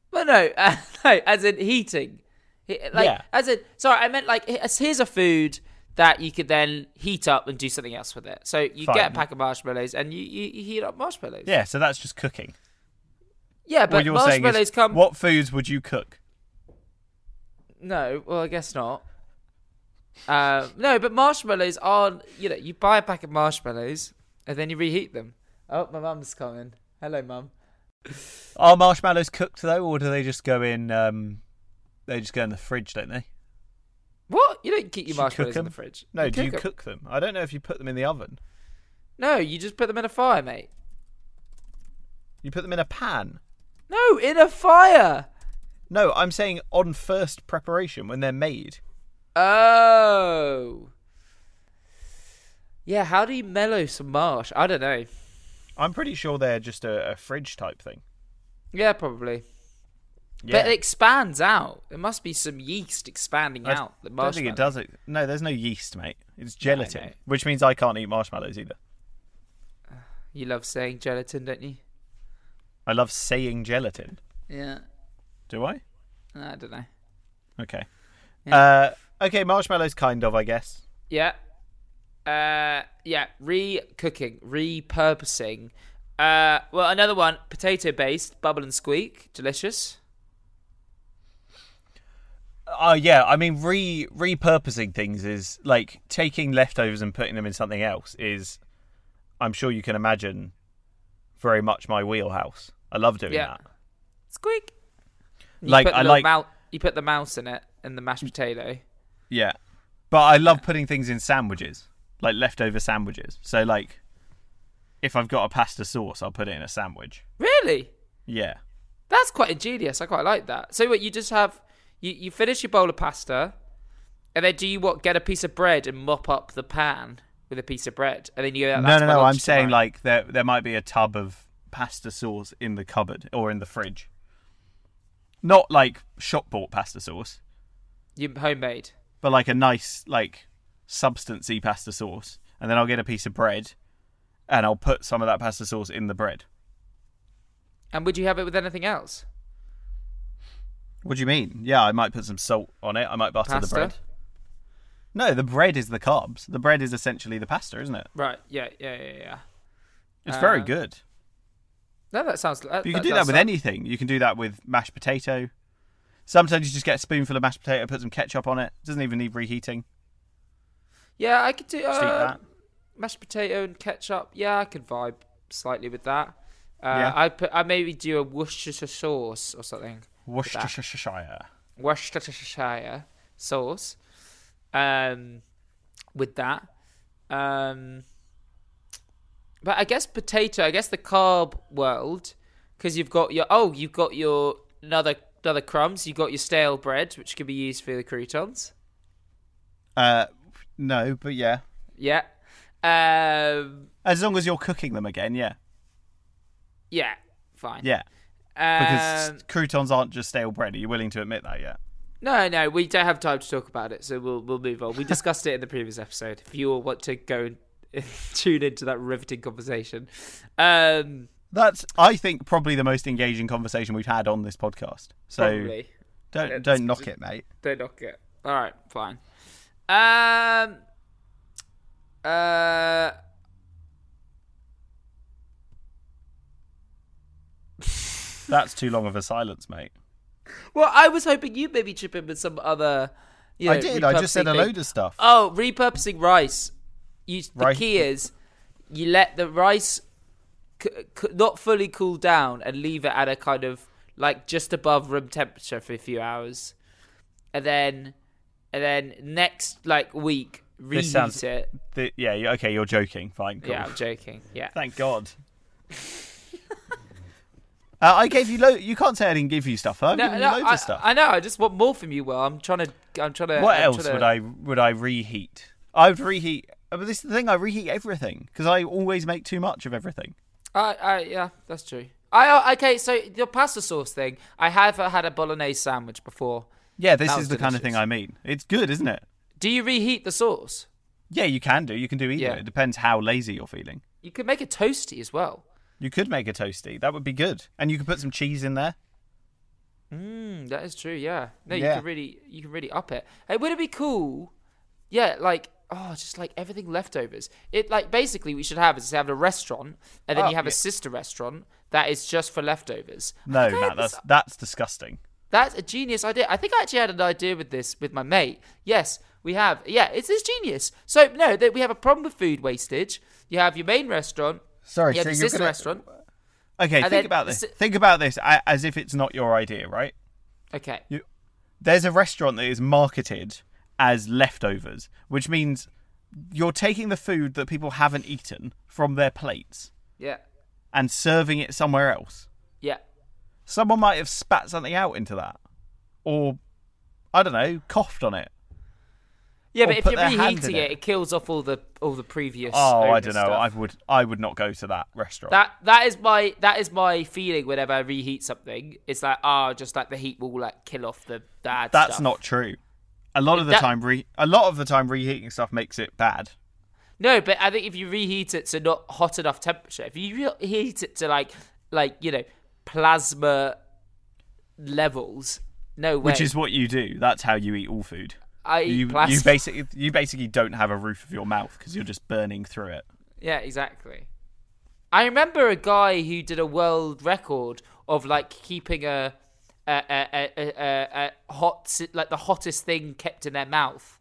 Well, no, uh, no, as in heating. He- Like, Yeah. as in, sorry, I meant like, he- here's a food that you could then heat up and do something else with it. So you get Fine. a pack of marshmallows and you, you, you heat up marshmallows. Yeah. So that's just cooking. Yeah, but what you're saying marshmallows is, come. what foods would you cook? No, well, I guess not. Uh, no, but marshmallows are, you know, you buy a pack of marshmallows and then you reheat them. Oh, my mum's coming. Hello, mum. Are marshmallows cooked though, or do they just go in? Um, they just go in the fridge, don't they? What? You don't keep Do you your cook marshmallows in the them? fridge. No. do you 'em. cook them? I don't know if you put them in the oven. No, you just put them in a fire, mate. You put them in a pan. No, in a fire. No, I'm saying on first preparation when they're made. Oh. Yeah, how do you mellow some marsh? I don't know. I'm pretty sure they're just a, a fridge type thing. Yeah, probably. Yeah. But it expands out. There must be some yeast expanding I out. The don't think marshmallow. it does it. No, there's no yeast, mate. It's gelatin, no. which means I can't eat marshmallows either. You love saying gelatin, don't you? I love saying gelatin. Yeah. Do I? I don't know. Okay. Uh, okay, marshmallows, kind of, I guess. Yeah. Uh yeah, re-cooking, repurposing. Uh well, another one, potato based, bubble and squeak, delicious. Oh yeah, I mean re repurposing things is like taking leftovers and putting them in something else is I'm sure you can imagine very much my wheelhouse. I love doing Yeah. that. Squeak. You like put the I little like mou- you put the mouse in it and the mashed potato. yeah. But I love putting things in sandwiches, like leftover sandwiches. So like, if I've got a pasta sauce, I'll put it in a sandwich. Really? Yeah, That's quite ingenious. I quite like that. So what you just have you, you finish your bowl of pasta and then do you what get a piece of bread and mop up the pan with a piece of bread and then you go no, no, no. I'm saying like there there might be a tub of pasta sauce in the cupboard or in the fridge. Not like shop bought pasta sauce, you homemade. but like a nice like substancey pasta sauce, and then I'll get a piece of bread, and I'll put some of that pasta sauce in the bread. And would you have it with anything else? What do you mean? Yeah, I might put some salt on it. I might butter the Pasta? bread. No, the bread is the carbs. The bread is essentially the pasta, isn't it? Right. Yeah, yeah, yeah, yeah. It's very Uh, good. No, that sounds that, But you can do does that with sound- anything. You can do that with mashed potato. Sometimes you just get a spoonful of mashed potato, put some ketchup on it. Doesn't even need reheating. Yeah, I could do Just eat uh, that. mashed potato and ketchup. Yeah, I could vibe slightly with that. Uh, Yeah. I put I maybe do a Worcestershire sauce or something. Worcestershire. Worcestershire sauce um, with that. Um, but I guess potato, I guess the carb world, because you've got your oh, you've got your another another crumbs, you've got your stale bread, which can be used for the croutons. Uh, no, but yeah. Yeah. Um, As long as you're cooking them again, yeah. yeah, fine. Yeah. Because Um, croutons aren't just stale bread. Are you willing to admit that yet? no, no, we don't have time to talk about it, so we'll we'll move on. We discussed it in the previous episode. If you all want to go and tune into that riveting conversation, um, That's, I think, probably the most engaging conversation we've had on this podcast. So probably don't It's- don't knock it, mate. don't knock it. All right, fine. Um, uh, That's too long of a silence, mate. well, I was hoping you maybe chip in with some other. You know, I did. I just said repurposing a thing. load of stuff. Oh, repurposing rice. You, the Rice- key is you let the rice c- c- not fully cool down and leave it at a kind of like just above room temperature for a few hours, and then and then next like week reheat sounds- it. The, yeah. you- Okay. You're joking. Fine. Cool. Yeah, I'm joking. Yeah. Thank God. uh, I gave you lo- You can't say I didn't give you stuff. I've No, given you no, loads I, of stuff. I know. I just want more from you. Well, I'm trying to. I'm trying to. what I'm else trying would to- I would I reheat? I would reheat. uh, But this is the thing. I reheat everything because I always make too much of everything. I, I, yeah, that's true. I, I okay. So the pasta sauce thing. I have had a bolognese sandwich before. Yeah, this That is was the kind of thing delicious. I mean. It's good, isn't it? Do you reheat the sauce? Yeah, you can do. You can do either. Yeah. It depends how lazy you're feeling. You could make a toasty as well. You could make a toasty. That would be good. And you could put some cheese in there. Mm, that is true. Yeah. No, you Yeah. can really, you can really up it. Hey, would it be cool? Yeah, like oh, just like everything leftovers. It like basically we should have is have a restaurant and then Oh, you have a yeah. sister restaurant that is just for leftovers. No, think I Matt, had this that's that's disgusting. That's a genius idea. I think I actually had an idea with this with my mate. Yes, we have. Yeah, it's this genius. So no, that we have a problem with food wastage. You have your main restaurant. Sorry, You have your sister restaurant. Okay, And think then about the this. si- think about this a- as if it's not your idea, right? Okay. There's a restaurant that is marketed as leftovers, which means you're taking the food that people haven't eaten from their plates Yeah. and serving it somewhere else. Yeah. Someone might have spat something out into that, or I don't know, coughed on it. Yeah, but Or if put you're their hand in reheating it, it, it. kills off all the all the previous. Oh, I owner don't know. stuff. I would I would not go to that restaurant. That that is my that is my feeling whenever I reheat something. It's like ah, just like the heat will like kill off the bad. That's stuff. not true. A lot of the That- time, re- a lot of the time, reheating stuff makes it bad. No, but I think if you reheat it to not hot enough temperature, if you reheat it to like, like you know, plasma levels, no way. Which is what you do. That's how you eat all food. I eat You, plasma. you basically you basically don't have a roof of your mouth because you're just burning through it. yeah, exactly. I remember a guy who did a world record of like keeping a a a a, a, a hot si- like the hottest thing kept in their mouth,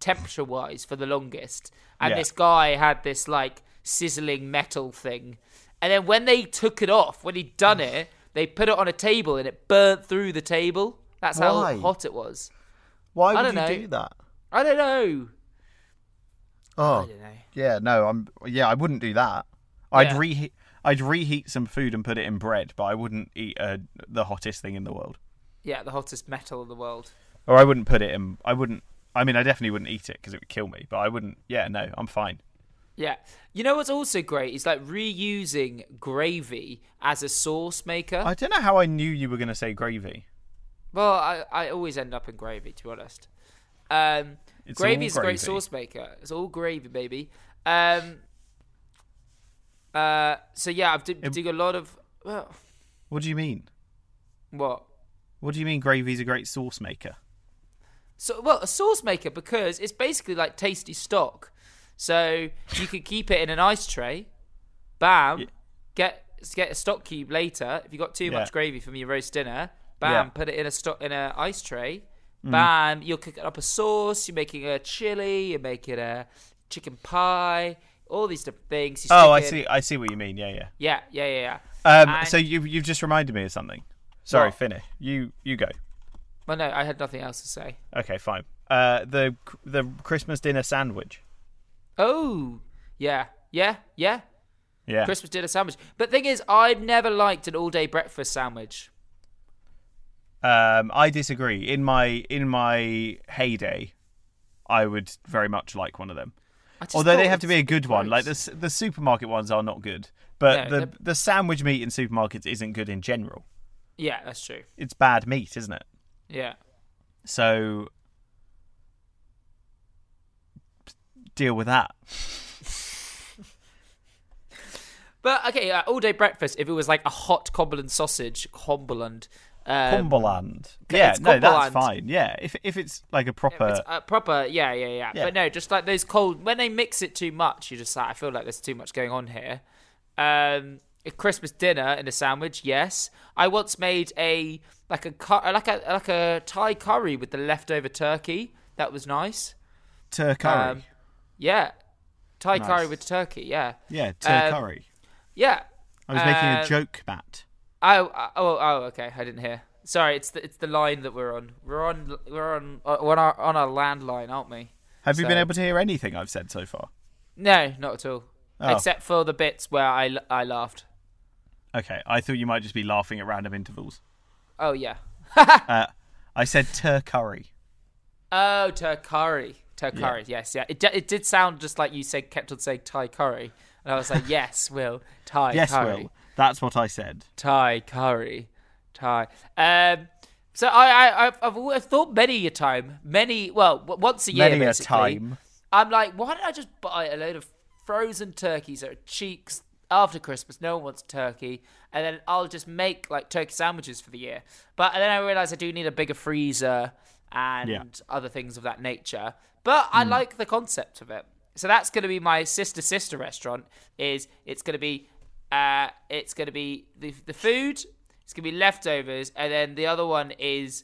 temperature wise, for the longest. And Yeah. this guy had this like sizzling metal thing, and then when they took it off, when he'd done it, they put it on a table and it burnt through the table. That's how Why? hot it was. Why I would don't you know. do that? I don't know. I Oh, don't know. yeah, no, I'm yeah, I wouldn't do that. I'd Yeah. reheat I'd reheat some food and put it in bread, but I wouldn't eat uh, the hottest thing in the world. Yeah, the hottest metal in the world. Or I wouldn't put it in I wouldn't I mean, I definitely wouldn't eat it because it would kill me, but I wouldn't. Yeah, no, I'm fine. Yeah. You know what's also great is like reusing gravy as a sauce maker. I don't know how I knew you were going to say gravy. Well, I, I always end up in gravy, to be honest. Um, It's gravy all is a great gravy. sauce maker. It's all gravy, baby. Um, uh, so yeah, I've d- doing a lot of well, What do you mean? what? What do you mean gravy's a great sauce maker? So well, a sauce maker because it's basically like tasty stock. So you could keep it in an ice tray. Bam, get get a stock cube later. If you got too Yeah. much gravy from your roast dinner, bam, Yeah. Mm-hmm. put it in a stock in an ice tray. Bam, you're cooking up a sauce. You're making a chili. You're making a chicken pie. All these different things. You Oh, I stick it- see. I see what you mean. Yeah, yeah. Yeah, yeah, yeah, yeah. Um, And- so you you've just reminded me of something. Sorry, What? finish. You you go. Well, no, I had nothing else to say. Okay, fine. Uh, the the Christmas dinner sandwich. Oh, yeah, yeah, yeah. Yeah. Christmas dinner sandwich. But thing is, I've never liked an all-day breakfast sandwich. Um, I disagree. In my in my heyday, I would very much like one of them. I just Although thought they have to be a it's good one. Like the gross. s- the supermarket ones are not good, but No, the they're- the sandwich meat in supermarkets isn't good in general. Yeah, that's true. It's bad meat, isn't it? Yeah, So deal with that. but okay, uh, all-day breakfast. If it was like a hot Cumberland sausage, Cumberland, um, Cumberland. c- yeah, it's no, that's Cumberland. fine. Yeah, if if it's like a proper it's, uh, proper. Yeah, yeah, yeah, Yeah. But no, just like those cold. When they mix it too much, you just like I feel like there's too much going on here. Um, a Christmas dinner in a sandwich. Yes, I once made a like a cu- like a like a Thai curry with the leftover turkey. That was nice. tur curry. Um, yeah, Thai Nice. curry with turkey. Yeah, yeah, tur um, curry. yeah. I was making um, a joke, Matt. Oh, oh, oh, oh, okay. I didn't hear. Sorry, it's the it's the line that we're on. We're on we're on uh, we're on our on our landline, aren't we? Have you been so- able to hear anything I've said so far? No, not at all. Oh. Except for the bits where I, l- I laughed. Okay, I thought you might just be laughing at random intervals. Oh yeah. Uh, I said tur curry. Oh, Turkari. Turkari. Yes, yeah. It d- it did sound just like you said kept on saying Thai curry, and I was like, yes, Will Thai Yes, curry. Will. That's what I said. Thai curry, Thai. Um, so I, I I've, I've al- I've thought many a time, many well w- once a year, Many a basically, time. I'm like, why don't I just buy a load of frozen turkeys that are cheeks after Christmas? No one wants turkey, and then I'll just make like turkey sandwiches for the year. But then I realize I do need a bigger freezer and Yeah. Hmm. other things of that nature. But I like the concept of it. So that's going to be my sister sister restaurant. Is it's going to be, uh, it's going to be the the food. It's going to be leftovers, and then the other one is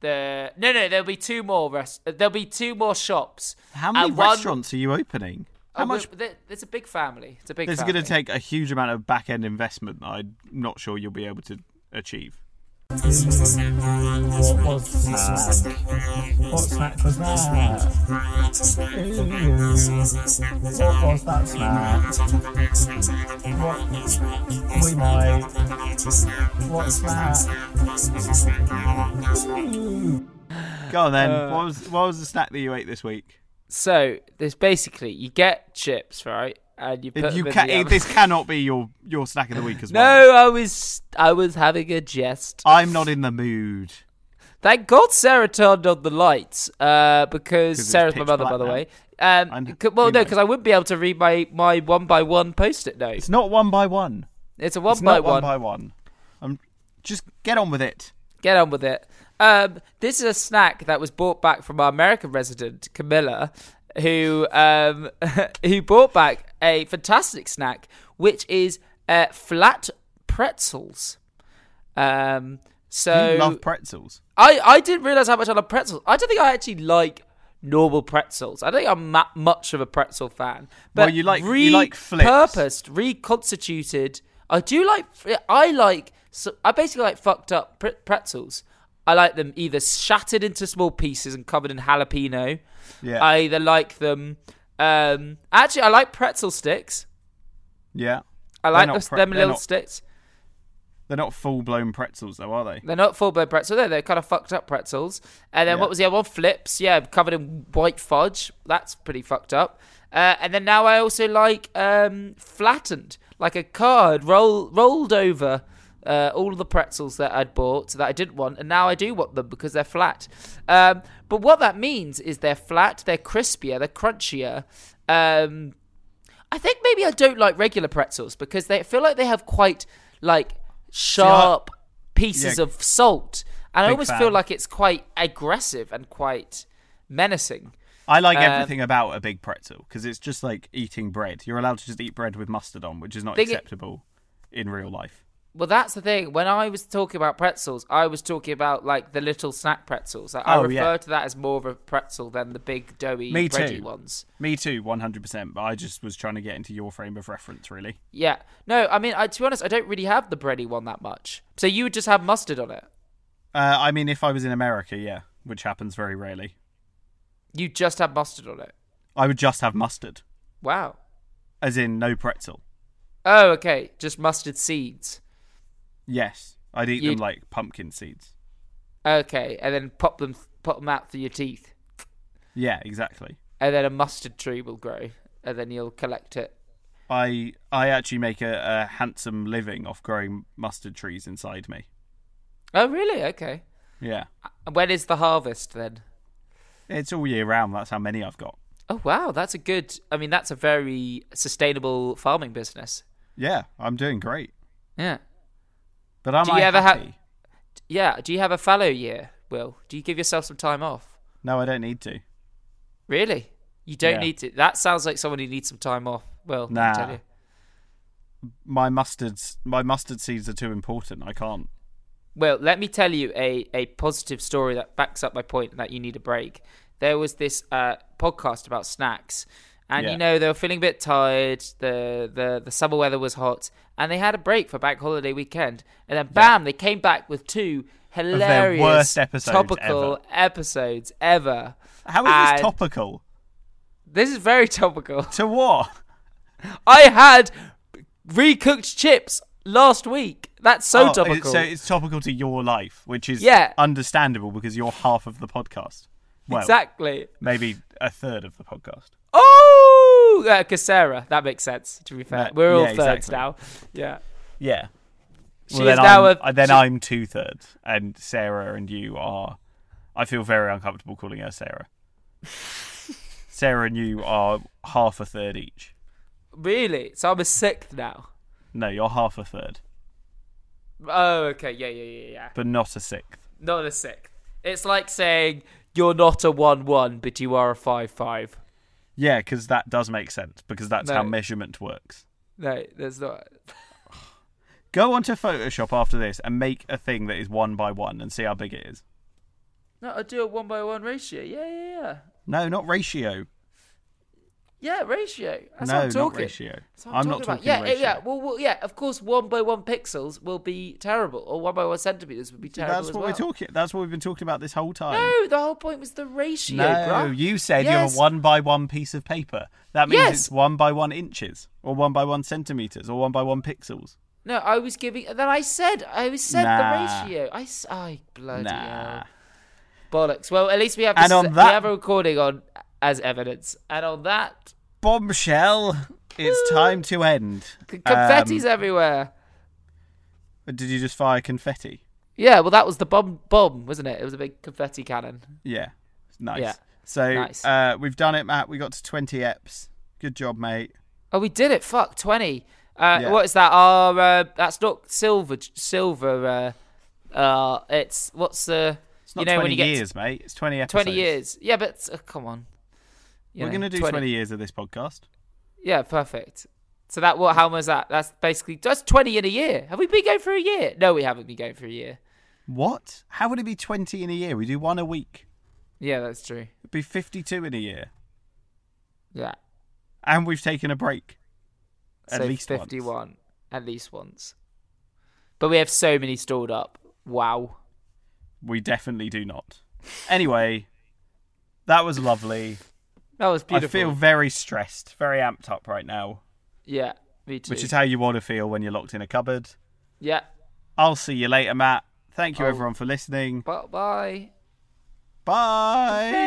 the no no. There'll be two more rest. There'll be two more shops. How many And one- restaurants are you opening? How Oh, much? we're- there- It's a big family. It's a big. This is family. going to take a huge amount of back end investment that I'm not sure you'll be able to achieve. What snack was that? Ooh, What was that snack? What we might. What's that? Go on then. Uh, what was what was the snack that you ate this week? So there's basically you get chips right, and you put If you them in ca- the oven. this cannot be your your snack of the week as well. No, I was I was having a jest. I'm not in the mood. Thank God Sarah turned on the lights, uh, because it's Sarah's my pitch mother, by black the now. way. Um, And- c- well, you no, know. because I wouldn't be able to read my, my one by one post-it note. It's not one by one. It's a one It's by not one. one by one. I'm just get on with it. Get on with it. Um, this is a snack that was brought back from our American resident Camilla, who um, who brought back a fantastic snack, which is uh, flat pretzels. Um, so you love pretzels. I, I didn't realize how much I love pretzels. I don't think I actually like normal pretzels. I don't think I'm ma- much of a pretzel fan. But Well, you like- you like flips. repurposed, reconstituted. I do like. I like. So I basically like fucked up pre- pretzels. I like them either shattered into small pieces and covered in jalapeno. Yeah. I either like them. Um, actually, I like pretzel sticks. yeah. I They're like not those, pre- them they're little not- sticks. They're not full blown pretzels though, are they? They're not full blown pretzels. They're, they're kind of fucked up pretzels. And then Yeah. what was the other one? Flips. Yeah, covered in white fudge. That's pretty fucked up. Uh, and then now I also like um, flattened, like a card roll rolled over. Uh, all of the pretzels that I'd bought that I didn't want, and now I do want them because they're flat. Um, but what that means is they're flat, they're crispier, they're crunchier. Um, I think maybe I don't like regular pretzels because they feel like they have quite like sharp pieces Yeah. of salt, and I Big almost feel fan. like it's quite aggressive and quite menacing. I like Um, everything about a big pretzel because it's just like eating bread. You're allowed to just eat bread with mustard on, which is not Thing i- acceptable in real life. Well, that's the thing. When I was talking about pretzels, I was talking about like the little snack pretzels. Like, I Oh, refer yeah. to that as more of a pretzel than the big doughy, Me bready too. ones. Me too, 100%. But I just was trying to get into your frame of reference, really. Yeah. No, I mean, I, to be honest, I don't really have the bready one that much. So you would just have mustard on it. Uh, I mean, if I was in America, yeah, which happens very rarely, You just have mustard on it. I would just have mustard, Wow. as in no pretzel. Oh, okay. Just mustard seeds. Yes, I'd eat You- them like pumpkin seeds. Okay, and then pop them pop them out through your teeth, Yeah, exactly. and then a mustard tree will grow, and then you'll collect it. I I actually make a, a handsome living off growing mustard trees inside me. Oh, really? Okay. Yeah, And when is the harvest then? it's all year round. That's how many I've got. Oh, wow, that's a good. I mean, that's a very sustainable farming business. Yeah, I'm doing great. Yeah. But am Do you I ever ha- happy? Yeah. Do you have a fallow year, Will? Do you give yourself some time off? no, I don't need to. Really? You don't Yeah. need to. That sounds like someone who needs some time off. Well, Nah. I tell you. My mustards, my mustard seeds are too important. I can't. Well, let me tell you a, a positive story that backs up my point that you need a break. There was this uh, podcast about snacks, and Yeah. you know they were feeling a bit tired. the the The summer weather was hot, and they had a break for bank holiday weekend. And then, bam! They came back with two hilarious, worst episodes ever. topical episodes ever. How is And this topical? This is very topical. To what? I had recooked chips last week. That's so Oh, it- topical. so it's topical to your life, which is Yeah. understandable because you're half of the podcast. Well, exactly. maybe a third of the podcast. Oh, uh, Casera. That makes sense. To be fair, No, we're all yeah, thirds exactly. now. Yeah, Yeah. She Well, then is now I'm, a- I- then she- I'm two thirds, and Sarah and you are. I feel very uncomfortable calling her Sarah. Sarah and you are half a third each. really. So I'm a sixth now. No, you're half a third, Oh, okay. Yeah, yeah, yeah, yeah. but not a sixth. Not a sixth. It's like saying you're not a one-one, but you are a five-five. Yeah, because that does make sense because that's how No. measurement works. No, that's not. Go onto Photoshop after this and make a thing that is one by one and see how big it is. No, I do a one-by-one ratio. Yeah, yeah, yeah. No, not ratio. Yeah, ratio. That's what no, I'm talking. not ratio. That's what I'm, not talking about. Yeah, ratio. yeah. Well, well, yeah. Of course, one by one pixels will be terrible, or one by one centimeters would be terrible. that's as what well. we're talking. That's what we've been talking about this whole time. No, the whole point was the ratio. No, bruh. you said Yes. you're a one by one piece of paper. That means Yes. it's one by one inches, or one by one centimeters, or one by one pixels. No, I was giving. Then I said, I was said Nah. the ratio. I, s- I bloody Nah. hell. bollocks. Well, at least we have And this, on we that- have a recording on as evidence. And on that, Bombshell. It's time to end. c- confetti's everywhere. Um, did you just fire confetti? Yeah, well, that was the bomb, bomb, wasn't it? It was a big confetti cannon. Yeah. Nice. Yeah. So Nice. uh, we've done it, Matt. We got to 20 eps. Good job, mate. Oh, we did it. Fuck twenty. Uh, Yeah. What is that? Our uh, that's not silver. Silver. Uh, uh, it's what's the It's not you know 20 when you get to years, mate. It's 20 episodes. twenty years. Yeah, but uh, come on. You We're know, going to do 20. years of this podcast. Yeah, perfect. So that what? How much is that? That's basically that's twenty in a year. Have we been going for a year? No, we haven't been going for a year. What? How would it be 20 in a year? We do one a week. Yeah, that's true. It'd be 52 in a year. Yeah, And we've taken a break. At so least once. fifty-one, at least once. But we have so many stored up. Wow. We definitely do not. Anyway, that was lovely. That was beautiful. I feel very stressed, very amped up right now, yeah, me too. which is how you want to feel when you're locked in a cupboard. yeah. I'll see you later, Matt. Thank you, Oh. everyone, for listening. Bye bye. Bye.